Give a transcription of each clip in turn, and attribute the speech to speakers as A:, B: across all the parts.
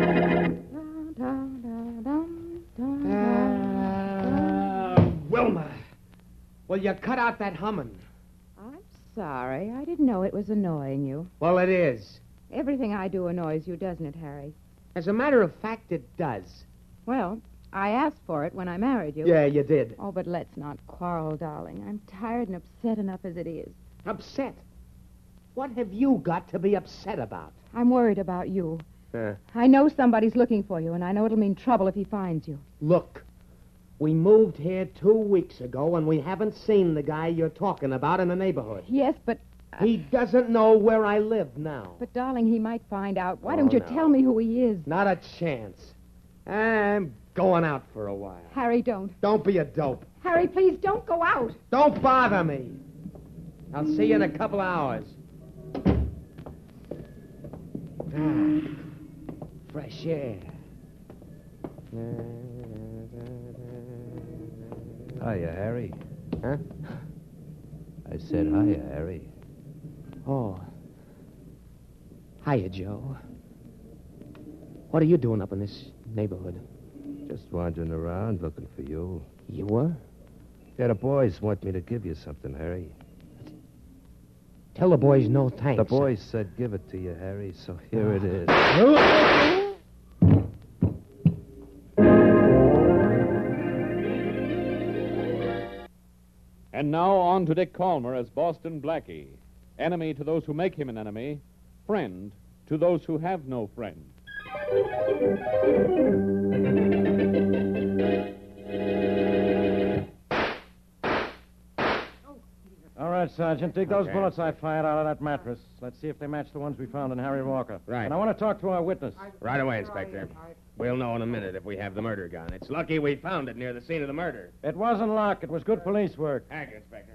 A: Uh, Well, you cut out that humming.
B: I'm sorry. I didn't know it was annoying you.
A: Well, it is.
B: Everything I do annoys you, doesn't it, Harry?
A: As a matter of fact, it does.
B: Well, I asked for it when I married you.
A: Yeah, you did.
B: Oh, but let's not quarrel, darling. I'm tired and upset enough as it is.
A: Upset. What have you got to be upset about?
B: I'm worried about you. I know somebody's looking for you, and I know it'll mean trouble if he finds you.
A: Look, we moved here two weeks ago, and we haven't seen the guy you're talking about in the neighborhood.
B: Yes, but uh,
A: He doesn't know where I live now.
B: but darling, he might find out. Why
A: Oh,
B: don't you
A: no.
B: tell me who he is?
A: Not a chance. I'm going out for a while.
B: Harry, don't.
A: Don't be a dope.
B: Harry, please don't go out.
A: Don't bother me. I'll see you in a couple of hours. Ah, fresh air.
C: Hiya, Harry.
A: Huh?
C: I said hiya, Harry.
A: Oh. Hiya, Joe. What are you doing up in this neighborhood?
C: Just wandering around looking for you.
A: You were?
C: Yeah, the boys want me to give you something, Harry.
A: Tell the boys no thanks.
C: The boys said give it to you, Harry, so here it is.
A: Ah.
D: And now on to Dick Calmer as Boston Blackie, enemy to those who make him an enemy, friend to those who have no friend.
E: All right, Sergeant. Dig those
A: Okay.
E: bullets I fired out of that mattress. Let's see if they match the ones we found in Harry Walker.
A: Right.
E: And I want to talk to our witness.
A: Right away, Inspector. We'll know in a minute if we have the murder gun. It's lucky we found it near the scene of the murder.
E: It wasn't locked. It was good police work.
A: Thank you, Inspector.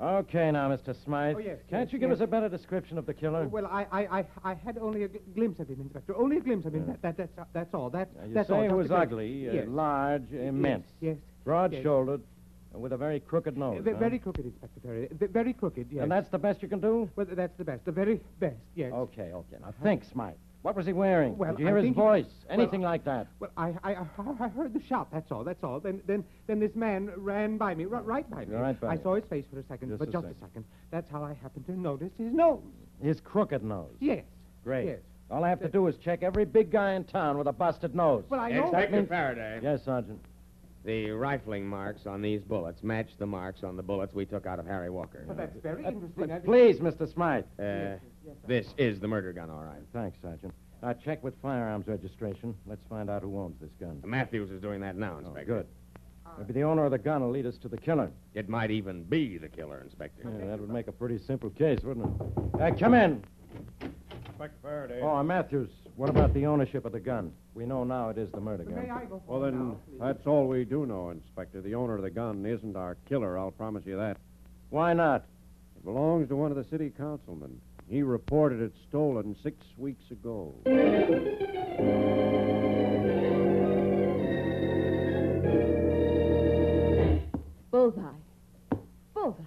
E: Okay, now, Mr. Smythe.
F: Oh, yes,
E: Can't
F: yes,
E: you give
F: yes.
E: us a better description of the killer?
F: Well, I, I, I, I had only a gl- glimpse of him, Inspector. Only a glimpse of him. That, that, that's, that's all. That,
E: Uh, you
F: that's all.
E: say he
F: Just
E: was
F: a glimpse.
E: ugly, uh,
F: Yes.
E: large, immense,
F: Yes.
E: broad-shouldered, and with a very crooked nose.
F: yes. Ve-
E: huh?
F: Very crooked, Inspector Perry. Ve- Very crooked, yes.
E: And that's the best you can do?
F: Well, that's the best. The very best, yes.
E: Okay, okay. Now, think, Smythe. What was he wearing?
F: Well,
E: Did you
F: I
E: hear his
F: think he-
E: voice?
F: well,
E: Anything like that?
F: Well, I, I, I, I heard the shout. That's all. That's all. Then, then, then this man ran by me, r- right by me.
E: Right by
F: I
E: you.
F: saw his face for a second,
E: Just
F: but
E: a
F: just
E: second.
F: a second. That's how I happened to notice his nose.
E: His crooked nose.
F: Yes.
E: Great.
F: Yes.
E: All I have to do is check every big guy in town with a busted nose.
F: Well, I know.
A: Inspector
E: means-
A: Faraday,
E: Yes, Sergeant.
A: the rifling marks on these bullets match the marks on the bullets we took out of Harry Walker.
F: Well, that's very interesting. I-
E: uh, Please, Mr. Smythe.
A: Uh, this is the murder gun, all right.
E: Thanks, Sergeant. Now, check with firearms registration. Let's find out who owns this gun.
A: Uh, Matthews is doing that now,
E: Oh,
A: Inspector.
E: good. Maybe the owner of the gun will lead us to the killer.
A: It might even be the killer, Inspector.
E: Yeah, that would make a pretty simple case, wouldn't it? Uh, come in.
G: Inspector Faraday.
E: Oh, Matthews, what about the ownership of the gun? We know now it is the murder
F: May I
E: gun.
F: go
G: well,
F: forward
G: then,
F: now, please?
G: that's all we do know, Inspector. The owner of the gun isn't our killer, I'll promise you that.
E: Why not?
G: It belongs to one of the city councilmen. He reported it stolen six weeks ago.
B: Bullseye. Bullseye.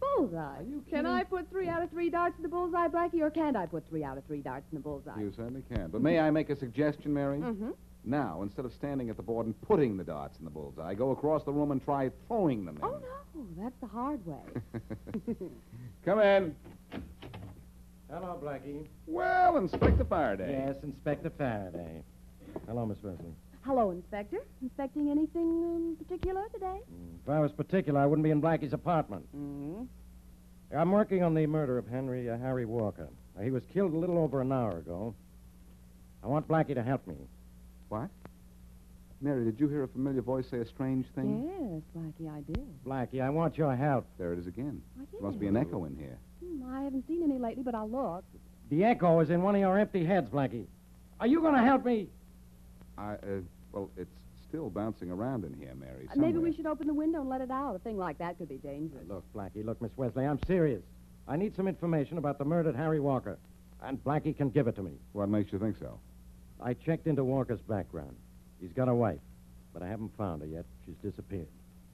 B: Bullseye.
E: Mm-hmm.
B: Can I put three out of three darts in the bullseye, Blackie, or can't I put three out of three darts in the bullseye?
H: You certainly can. But may I make a suggestion, Mary?
E: Mm-hmm.
B: Mhm.
H: Now, instead of standing at the board and putting the darts in the bullseye, go across the room and try throwing them in.
B: Oh, no. That's the hard way. Oh.
H: Come in.
E: Hello, Blackie.
H: Well, Inspector Faraday.
E: Yes, Inspector Faraday. Hello, Miss Wesley.
B: Hello, Inspector. Inspecting anything um, particular today?
E: If I was particular, I wouldn't be in Blackie's apartment.
B: Mm-hmm.
E: I'm working on the murder of Henry uh, Harry Walker. Uh, he was killed a little over an hour ago. I want Blackie to help me.
H: Mary, did you hear a familiar voice say a strange thing?
B: Yes, Blackie, I did.
E: Blackie, I want your help.
H: There it is again.
B: I did.
H: There must be an echo in here.
B: Hmm, I haven't seen any lately, but I'll look.
E: The echo is in one of your empty heads, Blackie. Are you going to help me?
H: I, uh, well, it's still bouncing around in here, Mary.
B: Uh, maybe
H: somewhere.
B: we should open the window and let it out. A thing like that could be dangerous.
E: Look, Blackie, look, Miss Wesley, I'm serious. I need some information about the murdered Harry Walker, and Blackie can give it to me.
H: What makes you think so?
E: I checked into Walker's background. He's got a wife, but I haven't found her yet. She's disappeared.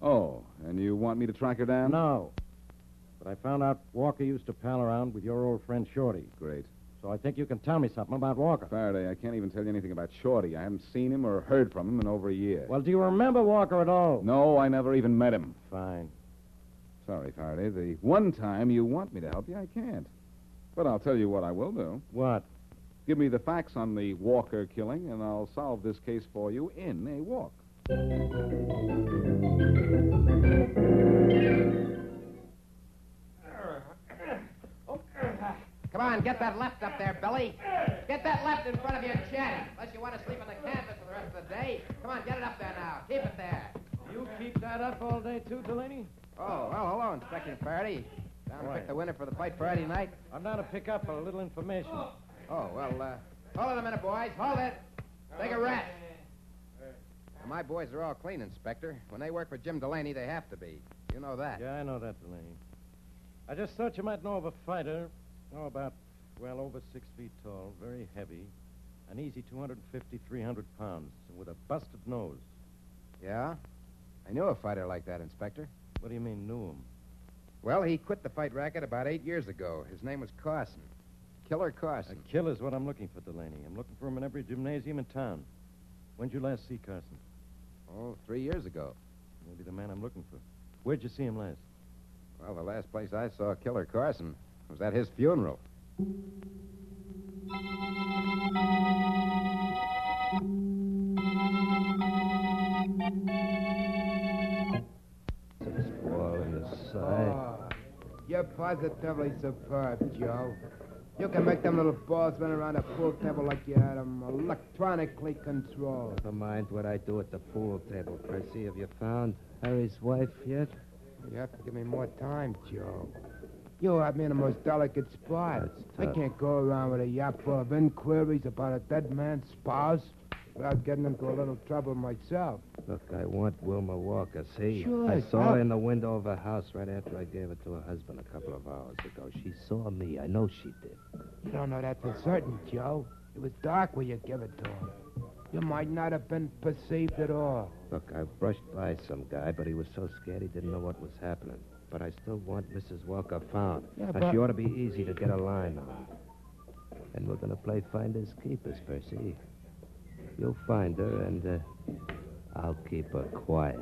H: Oh, and you want me to track her down?
E: No. But I found out Walker used to pal around with your old friend Shorty.
H: Great.
E: so I think you can tell me something about Walker.
H: Faraday, I can't even tell you anything about Shorty. I haven't seen him or heard from him in over a year.
E: Well, do you remember Walker at all?
H: No, I never even met him.
E: Fine.
H: Sorry, Faraday. The one time you want me to help you, I can't. But I'll tell you what I will do.
E: What?
H: Give me the facts on the Walker killing, and I'll solve this case for you in a walk.
A: Come on, get that left up there, Billy. Get that left in front of your chin. Unless you want to sleep on the canvas for the rest of the day. Come on, get it up there now. Keep it there.
E: You keep that up all day, too, Delaney?
A: Oh, well, hello, Inspector Faraday. Down to pick the winner for the fight Friday night.
E: I'm down to pick up a little information.
A: Oh, well, uh, hold it a minute, boys. Hold it. Take a rest. Now, my boys are all clean, Inspector. When they work for Jim Delaney, they have to be. You know that.
E: Yeah, I know that, Delaney. I just thought you might know of a fighter, oh, about, well, over six feet tall, very heavy, an easy 250, 300 pounds, with a busted nose.
A: Yeah? I knew a fighter like that, Inspector.
E: What do you mean, knew him?
A: Well, he quit the fight racket about eight years ago. His name was Carson. Killer
E: A
A: Carson.
E: killer's what I'm looking for, Delaney. I'm looking for him in every gymnasium in town. When'd you last see Carson?
A: Oh, three years ago.
E: Maybe the man I'm looking for. Where'd you see him last?
A: Well, the last place I saw Killer Carson was at his funeral.
C: Ball in the side.
I: Oh, You're positively superb, Joe. You can make them little balls run around a pool table like you had 'em electronically controlled.
C: Never mind what I do at the pool table, Percy. Have you found Harry's wife yet?
I: You have to give me more time, Joe. You have me in the most delicate spot.
C: That's
I: I
C: tough.
I: can't go around with a yap full of inquiries about a dead man's spouse without getting into a little trouble myself.
C: Look, I want Wilma Walker, see?
I: Sure,
C: I saw her
I: I-
C: in the window of her house right after I gave it to her husband a couple of hours ago. She saw me. I know she did.
I: You don't know that for certain, Joe. It was dark when you give it to him. You might not have been perceived at all.
C: Look, I brushed by some guy, but he was so scared he didn't know what was happening. But I still want Mrs. Walker found.
I: Yeah,
C: and
I: but-
C: she ought to be easy to get a line on. And we're going to play finders keepers, Percy. You'll find her, and uh, I'll keep her quiet.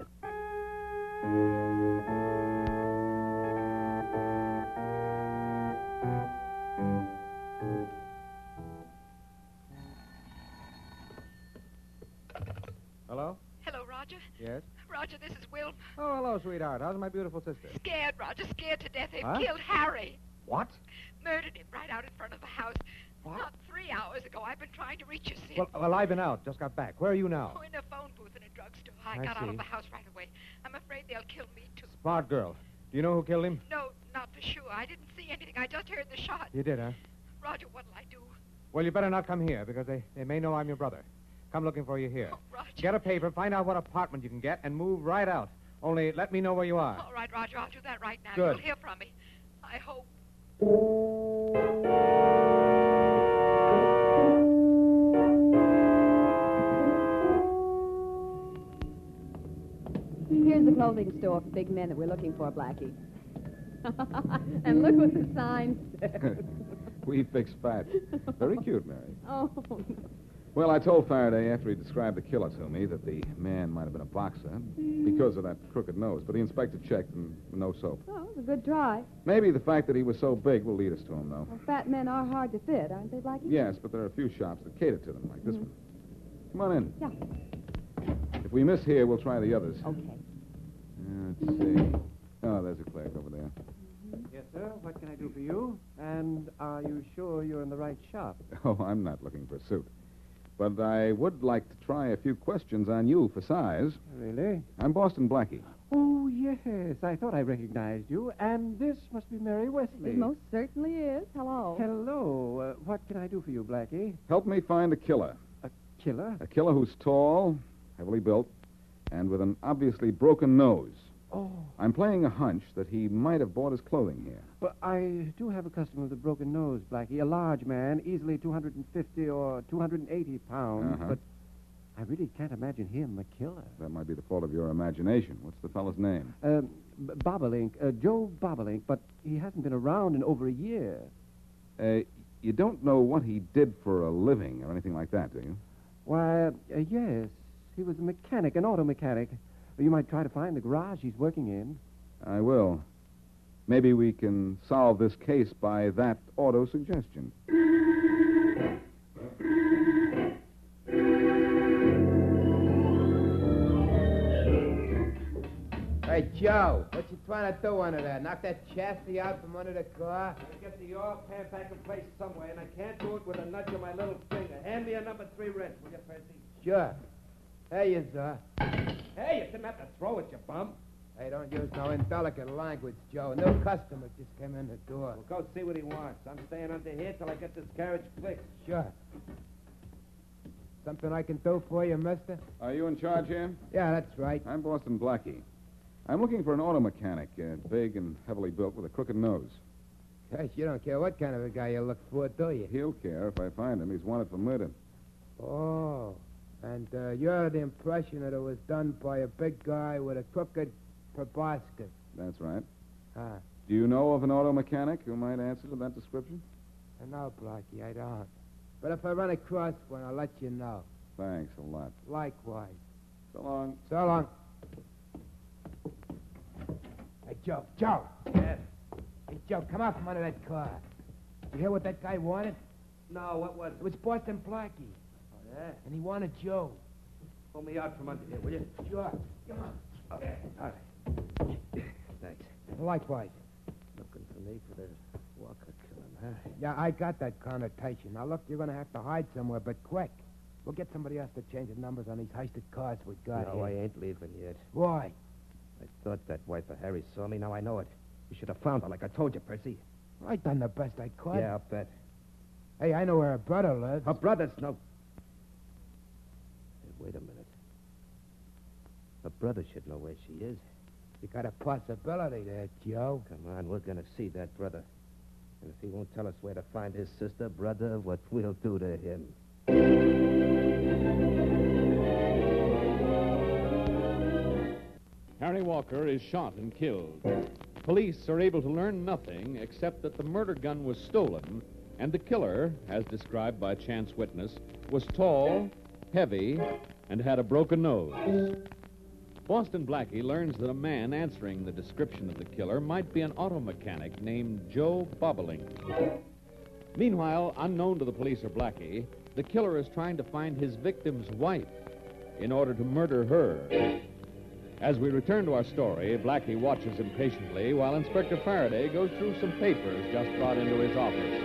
F: Hello?
J: Hello, Roger.
F: Yes?
J: Roger, this is Wilma.
F: Oh, hello, sweetheart. How's my beautiful sister?
J: Scared, Roger. Scared to death. They've
F: Huh?
J: killed Harry.
F: What?
J: Murdered him right out in front of the house.
F: What?
J: Not three hours ago. I've been trying to reach you since.
F: Well, oh, well, I've been out. Just got back. Where are you now?
J: Oh, in a phone booth in a drugstore. I,
F: I
J: got out
F: see.
J: of the house right away. I'm afraid they'll kill me, too.
F: Smart girl. Do you know who killed him?
J: No, not for sure. I didn't see anything. I just heard the shot.
F: You did, huh?
J: Roger, what'll I do?
F: Well, you better not come here because they, they may know I'm your brother. Come looking for you here.
J: Oh, Roger.
F: Get a paper, find out what apartment you can get, and move right out. Only let me know where you are.
J: All right, Roger. I'll do that right now.
F: Good.
J: You'll hear from me. I hope.
B: Here's the clothing store for big men that we're looking for, Blackie. and look what the sign says.
H: We fix fat. Very cute, Mary.
B: oh,
H: Well, I told Faraday after he described the killer to me that the man might have been a boxer because of that crooked nose, but the inspector checked and no soap.
B: well, it was a good try.
H: Maybe the fact that he was so big will lead us to him, though.
B: Well, fat men are hard to fit, aren't they, Blackie?
H: Yes, but there are a few shops that cater to them, like this one. Come on in.
B: Yeah.
H: If we miss here, we'll try the others.
B: Okay.
H: Uh, Let's see. Oh, there's a clerk over there.
E: Yes, sir. What can I do for you? And are you sure you're in the right shop?
H: Oh, I'm not looking for a suit. But I would like to try a few questions on you for size.
E: Really?
H: I'm Boston Blackie.
E: Oh, yes. I thought I recognized you. And this must be Mary Wesley.
B: It most certainly is. Hello.
E: Hello. Uh, what can I do for you, Blackie?
H: Help me find a killer.
E: Killer?
H: A killer who's tall, heavily built, and with an obviously broken nose.
E: Oh,
H: I'm playing a hunch that he might have bought his clothing here.
E: well, I do have a customer with a broken nose, Blackie. A large man, easily 250 or 280 pounds.
H: Uh-huh.
E: But I really can't imagine him a killer.
H: That might be the fault of your imagination. What's the fellow's name?
E: Um, B- Bobolink, uh, Joe Bobolink, but he hasn't been around in over a year.
H: Uh, you don't know what he did for a living or anything like that, do you?
F: Why, uh, yes. He was a mechanic, an auto mechanic. You might try to find the garage he's working in.
H: I will. Maybe we can solve this case by that auto suggestion.
I: Hey, Joe, what you trying to do under there? Knock that chassis out from under the car?
K: I get the oil pan back in place somewhere, and I can't do it with a nudge of my little finger. Hand me a number three wrench, will you, Percy?
I: Sure. Hey, you are.
K: Hey, you didn't have to throw it, you bum.
I: Hey, don't use no indelicate language, Joe. A new customer just came in the door.
K: Well, go see what he wants. I'm staying under here till I get this carriage fixed.
I: Sure. Something I can do for you, mister?
H: Are you in charge here?
I: Yeah, that's right.
H: I'm Boston Blackie. I'm looking for an auto mechanic, uh, big and heavily built with a crooked nose.
I: Gosh, you don't care what kind of a guy you look for, do you?
H: He'll care if I find him. He's wanted for murder.
I: Oh, and uh, you're the impression that it was done by a big guy with a crooked proboscis.
H: That's right.
I: Huh.
H: Do you know of an auto mechanic who might answer to that description?
I: No, Blackie, I don't. But if I run across one, I'll let you know.
H: Thanks a lot.
I: Likewise.
H: So long.
I: So long. Hey, Joe, Joe.
K: Yes?
I: Hey, Joe, come out from under that car. You hear what that guy wanted?
K: No, what was
I: It was Boston Blackie,
K: Oh, yeah?
I: and he wanted Joe.
K: Pull me out from under here, will you?
I: Sure.
K: Okay, all right. Thanks.
I: Likewise.
C: Looking for me for the Walker killing, huh?
I: Yeah, I got that connotation. Now, look, you're going to have to hide somewhere, but quick. We'll get somebody else to change the numbers on these heisted cars we got
C: no, I
I: here.
C: ain't leaving yet.
I: Why?
C: I thought that wife of Harry saw me. Now I know it. You should have found her, like I told you, Percy.
I: I done the best I could.
C: Yeah, I'll bet.
I: Hey, I know where her brother lives.
C: Her brother's no. Hey, wait a minute. Her brother should know where she is.
I: You got a possibility there, Joe.
C: Come on, we're gonna see that brother. And if he won't tell us where to find his sister, brother, what we'll do to him.
D: Harry Walker is shot and killed. Police are able to learn nothing except that the murder gun was stolen and the killer, as described by chance witness, was tall, heavy, and had a broken nose. Boston Blackie learns that a man answering the description of the killer might be an auto mechanic named Joe Bobolink. Meanwhile, unknown to the police or Blackie, the killer is trying to find his victim's wife in order to murder her. As we return to our story, Blackie watches impatiently while Inspector Faraday goes through some papers just brought into his office.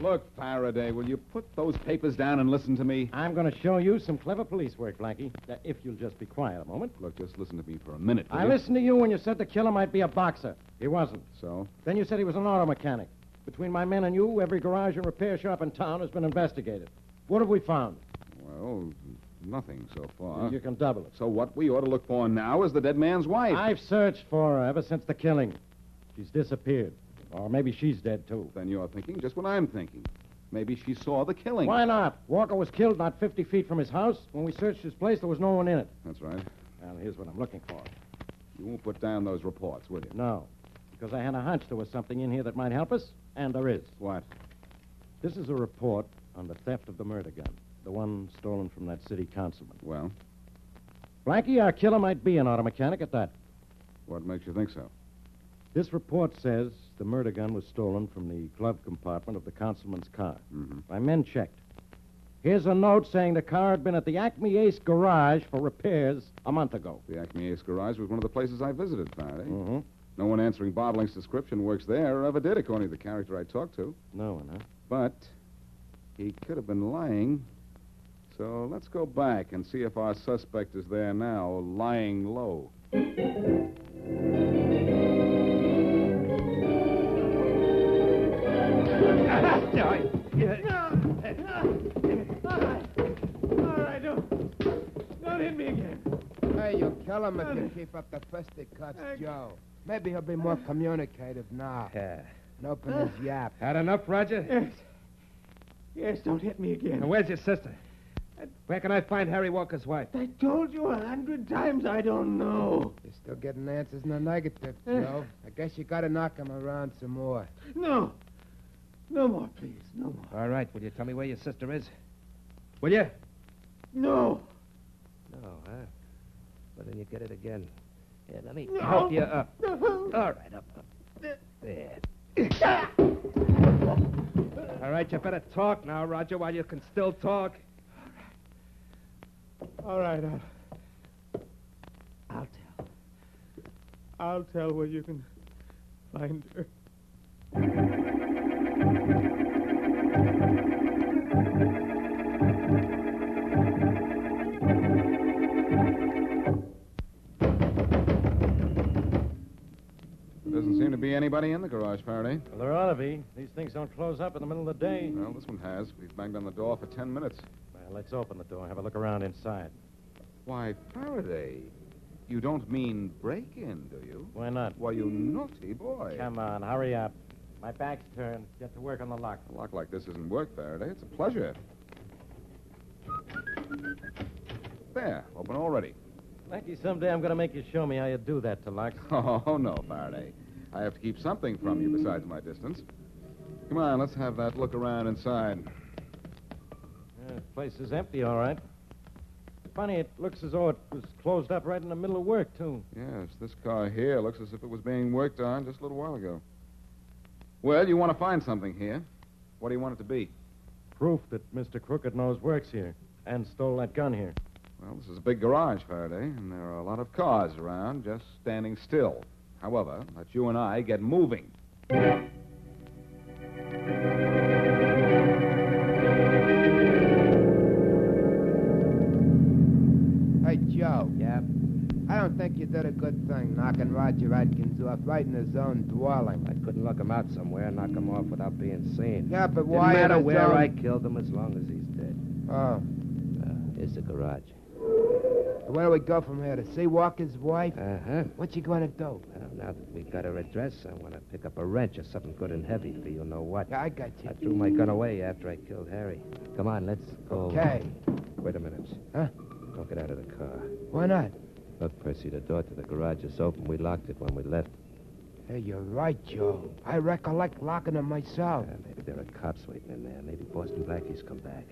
H: Look, Faraday, will you put those papers down and listen to me?
E: I'm going to show you some clever police work, Blackie. Uh, if you'll just be quiet a moment.
H: Look, just listen to me for a minute. will
E: I
H: you?
E: listened to you when you said the killer might be a boxer. He wasn't.
H: So,
E: Then you said he was an auto mechanic. Between my men and you, every garage and repair shop in town has been investigated. What have we found?
H: well, nothing so far.
E: You can double it.
H: So what we ought to look for now is the dead man's wife.
E: I've searched for her ever since the killing. She's disappeared. Or maybe she's dead, too.
H: Then you're thinking just what I'm thinking. Maybe she saw the killing.
E: Why not? Walker was killed not 50 feet from his house. When we searched his place, there was no one in it.
H: That's right.
E: Well, here's what I'm looking for.
H: You won't put down those reports, will you?
E: No. Because I had a hunch there was something in here that might help us, and there is.
H: What?
E: This is a report on the theft of the murder gun, the one stolen from that city councilman.
H: Well,
E: Blackie, our killer might be an auto mechanic at that.
H: what makes you think so?
E: This report says the murder gun was stolen from the glove compartment of the councilman's car.
H: Mm-hmm.
E: My men checked. Here's a note saying the car had been at the Acme Ace garage for repairs a month ago.
H: The Acme Ace garage was one of the places I visited, Faraday.
E: Mm-hmm.
H: No one answering Boblink's description works there or ever did, according to the character I talked to.
E: No one, huh?
H: But he could have been lying. So let's go back and see if our suspect is there now, lying low.
I: Hey, you kill him if you keep up the fisticuffs, Joe. Maybe he'll be more communicative now.
C: Yeah.
I: And open
K: Ah.
I: his yap.
F: Had enough, Roger?
K: Yes. Yes, don't hit me again.
F: Now, where's your sister? Where can I find Harry Walker's wife?
K: I told you a hundred times I don't know. Eh.
I: You're still getting answers in the negative, Joe. I guess you gotta knock him around some more.
K: No. No more, please. No more.
L: All right, will you tell me where your sister is?
K: Will you? No.
C: No, huh? Well, then you get it again. Here, let me
L: No.
C: help you up.
L: No.
C: All right, up, up. There.
L: All right, you better talk now, Roger, while you can still talk.
K: All right, I'll. I'll tell. I'll tell where you can find her.
H: Doesn't seem to be anybody in the garage, Faraday.
E: Well, there ought to be. These things don't close up in the middle of the day.
H: Well, this one has. We've banged on the door for ten minutes.
E: Well, let's open the door and have a look around inside.
H: Why, Faraday, you don't mean break in, do you?
E: Why not?
H: Why, you naughty boy.
E: Come on, hurry up. My back's turned. Get to work on the lock.
H: A lock like this isn't work, Faraday. It's a pleasure. There, open already.
E: Lucky someday I'm going to make you show me how you do that to locks.
H: Oh, no, Faraday. I have to keep something from you besides my distance. Come on, let's have that look around inside.
E: Yeah, the Uh, place is empty, all right. Funny, it looks as though it was closed up right in the middle of work, too.
H: Yes, this car here looks as if it was being worked on just a little while ago. Well, you want to find something here. What do you want it to be?
E: Proof that Mr. Crooked Nose works here and stole that gun here.
H: Well, this is a big garage, Faraday, and there are a lot of cars around just standing still. However, let you and I get moving.
I: Hey, Joe. Yeah? I don't think you did a good thing knocking Roger Atkins off right in his own dwelling.
C: I couldn't lock him out somewhere and knock him off without being seen.
I: Yeah, but
C: Didn't
I: why in
C: matter
I: his
C: where
I: own-
C: I killed him as long as he's dead.
I: Oh.
C: Uh, here's the garage.
I: Where do we go from here? To see Walker's wife?
C: Uh-huh.
I: What you gonna do?
C: Well, Uh, now that we got her address, I want to pick up a wrench or something good and heavy for you know what.
I: Yeah, I got you.
C: I threw my gun away after I killed Harry. Come on, let's go.
I: Okay.
C: Wait a minute.
I: Huh?
C: Don't get out of the car.
I: Why not?
C: Look, Percy, the door to the garage is open. We locked it when we left.
I: Hey, you're right, Joe. I recollect locking them myself.
C: Maybe there are cops waiting in there. Maybe Boston Blackie's come back.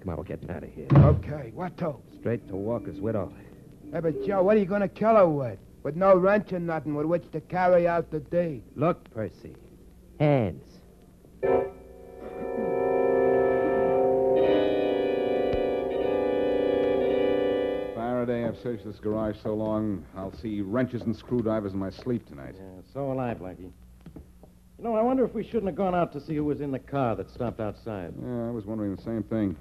C: Come on, we're getting out of here.
I: Okay, what to?
C: Straight to Walker's widow.
I: Hey, but Joe, what are you gonna kill her with? With no wrench or nothing with which to carry out the deed.
C: Look, Percy. Hands.
H: Faraday, I've searched this garage so long, I'll see wrenches and screwdrivers in my sleep tonight.
E: Yeah, so will I, Blackie. You know, Oh, I wonder if we shouldn't have gone out to see who was in the car that stopped outside.
H: Yeah, I was wondering the same thing.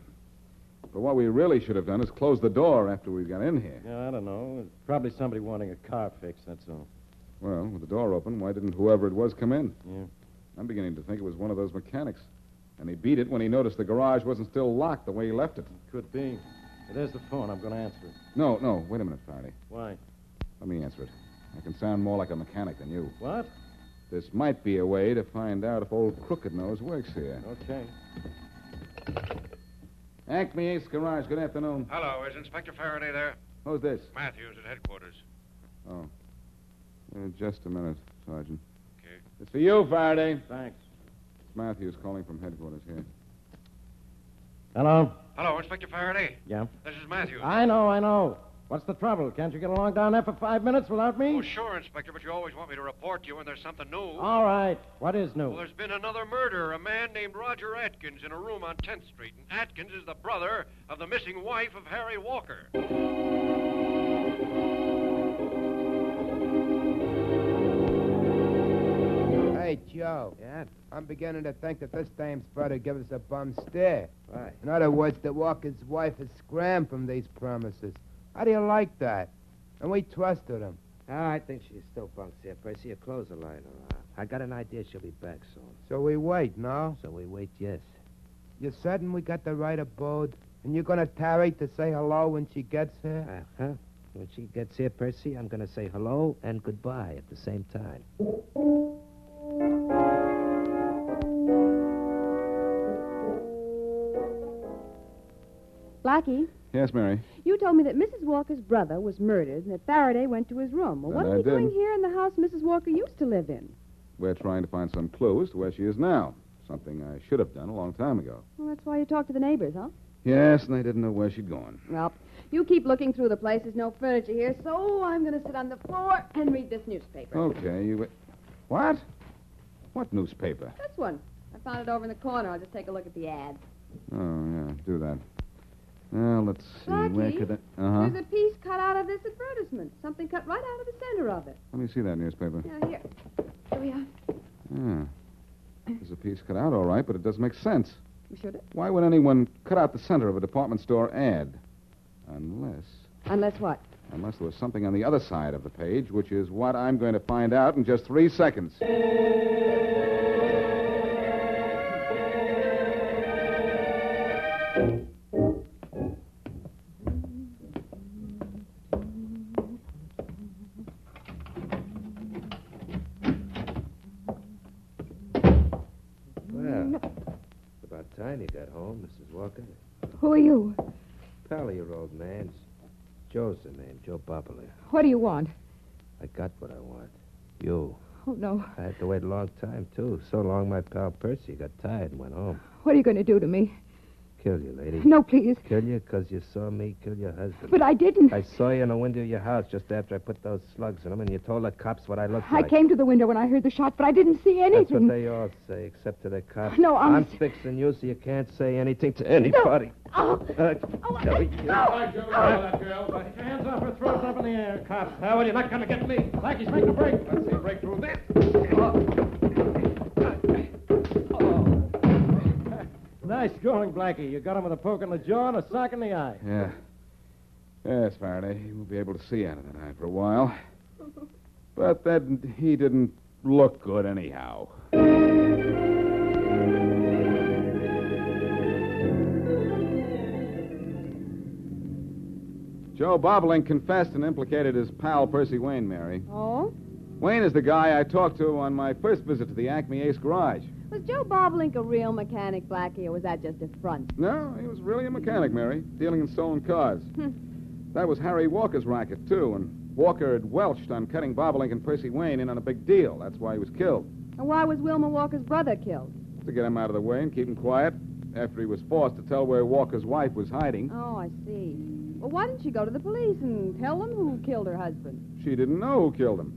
H: But what we really should have done is close the door after we got in here.
E: Yeah, I don't know. It's probably somebody wanting a car fix, that's all.
H: Well, with the door open, why didn't whoever it was come in?
E: Yeah.
H: I'm beginning to think it was one of those mechanics. And he beat it when he noticed the garage wasn't still locked the way he left it.
E: Could be. Hey, There's the phone. I'm going to answer it.
H: No, no, wait a minute, Faraday.
E: Why?
H: Let me answer it. I can sound more like a mechanic than you.
E: What?
H: This might be a way to find out if old Crooked Nose works here.
E: Okay.
H: Acme Ace Garage, good afternoon.
M: Hello, is Inspector Faraday there?
H: Who's this?
M: Matthews at headquarters.
H: Oh. Uh, just a minute, Sergeant.
M: Okay.
H: It's for you, Faraday.
E: Thanks.
H: It's Matthews calling from headquarters here.
E: Hello?
M: Hello, Inspector Faraday.
E: Yeah?
M: This is Matthews.
E: I know, I know. What's the trouble? Can't you get along down there for five minutes without me?
M: Oh, sure, Inspector, but you always want me to report to you when there's something new.
F: Oh,
E: All right. What is new?
M: Well, there's been another murder. A man named Roger Atkins in a room on 10th Street, and Atkins is the brother of the missing wife of Harry Walker.
I: Hey, Joe.
C: Yeah?
I: I'm beginning to think that this dame's brother give us a bum stare.
C: Why?
I: In other words, that Walker's wife is scrammed from these premises. How do you like that? And we trusted him.
C: I think she's still bunks here, Percy. Your clothes are lying around. I got an idea she'll be back soon.
I: So we wait, no?
C: So we wait, yes.
I: You're certain we got the right abode? And you're going to tarry to say hello when she gets here?
C: Uh-huh. When she gets here, Percy, I'm going to say hello and goodbye at the same time.
B: Blackie,
H: Yes, Mary.
B: you told me that Mrs. Walker's brother was murdered and that Faraday went to his room. Well, what
H: That
B: are
H: I
B: you
H: did.
B: doing here in the house Mrs. Walker used to live in?
H: We're trying to find some clues to where she is now. Something I should have done a long time ago.
B: Well, that's why you talked to the neighbors, huh?
H: Yes, and they didn't know where she'd gone.
B: Well, you keep looking through the place. There's no furniture here, so I'm going to sit on the floor and read this newspaper.
H: Okay, you. What? What newspaper?
B: This one. I found it over in the corner. I'll just take a look at the ad.
H: Oh, yeah, do that. Well, let's see. Where
B: Blackie,
H: could I. Uh huh.
B: There's a piece cut out of this advertisement. Something cut right out of the center of it.
H: Let me see that newspaper.
B: Now, here. Here we are.
H: Yeah. There's a piece cut out, all right, but it doesn't make sense.
B: You should.
H: Why would anyone cut out the center of a department store ad? Unless.
B: Unless what?
H: Unless there was something on the other side of the page, which is what I'm going to find out in just three seconds.
C: Well, it's about time you got home, Mrs. Walker.
B: Who are you?
C: Pal of your old man's. Joe's the name, Joe Popoli.
B: What do you want?
C: I got what I want. You.
B: Oh, no.
C: I had to wait a long time, too. So long, my pal Percy got tired and went home.
B: What are you going to do to me?
C: Kill you, lady.
B: No, please.
C: Kill you because you saw me kill your husband.
B: But I didn't.
C: I saw you in the window of your house just after I put those slugs in them, and you told the cops what I looked
B: I
C: like.
B: came to the window when I heard the shot, but I didn't see
C: That's what
B: anything.
C: they all say, except to the cops.
B: No,
C: I'm,
B: I'm-
C: fixing you so you can't say anything to anybody.
B: Oh.
C: Uh, no, you-
E: Hands off her throats up in the air, cops. How are you? Not going to get me. Blackie's making a break. Let's see a break through this. Nice going, Blackie. You got him with a poke in the jaw and a sock in the eye.
H: Yeah. Yes, Faraday. He won't be able to see out of that eye for a while. But that he didn't look good anyhow. Joe Bobolink confessed and implicated his pal Percy Wayne, Mary.
B: Oh?
H: Wayne is the guy I talked to on my first visit to the Acme Ace Garage.
B: Was Joe Bobolink a real mechanic, Blackie, or was that just a front?
H: No, he was really a mechanic, Mary, dealing in stolen cars.
B: Hmm.
H: that was Harry Walker's racket, too, and Walker had welched on cutting Bobolink and Percy Wayne in on a big deal. That's why he was killed.
B: And why was Wilma Walker's brother killed?
H: To get him out of the way and keep him quiet after he was forced to tell where Walker's wife was hiding.
B: Oh, I see. Well, why didn't she go to the police and tell them who killed her husband?
H: She didn't know who killed him.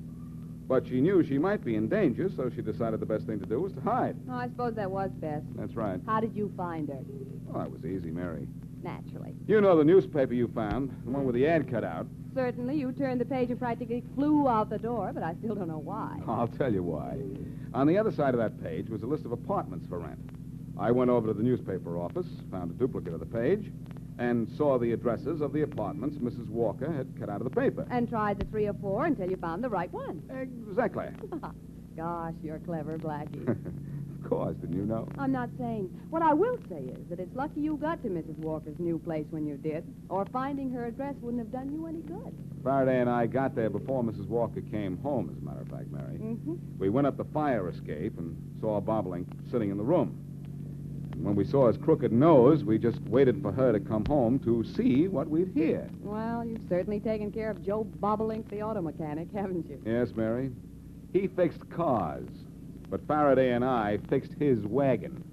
H: But she knew she might be in danger, so she decided the best thing to do was to hide.
B: Oh, I suppose that was best.
H: That's right.
B: How did you find her?
H: Well, that was easy, Mary.
B: Naturally.
H: You know the newspaper you found, the one with the ad cut out.
B: Certainly, you turned the page and practically flew out the door, but I still don't know why.
H: I'll tell you why. On the other side of that page was a list of apartments for rent. I went over to the newspaper office, found a duplicate of the page, and saw the addresses of the apartments Mrs. Walker had cut out of the paper.
B: And tried the three or four until you found the right one.
H: Exactly.
B: Gosh, you're clever, Blackie.
H: of course, didn't you know?
B: I'm not saying. What I will say is that it's lucky you got to Mrs. Walker's new place when you did, or finding her address wouldn't have done you any good.
H: Faraday and I got there before Mrs. Walker came home, as a matter of fact, Mary.
B: Mm-hmm.
H: We went up the fire escape and saw Bobolink sitting in the room. And when we saw his crooked nose, we just waited for her to come home to see what we'd hear.
B: Well, you've certainly taken care of Joe Bobolink, the auto mechanic, haven't you?
H: Yes, Mary. He fixed cars, but Faraday and I fixed his wagon.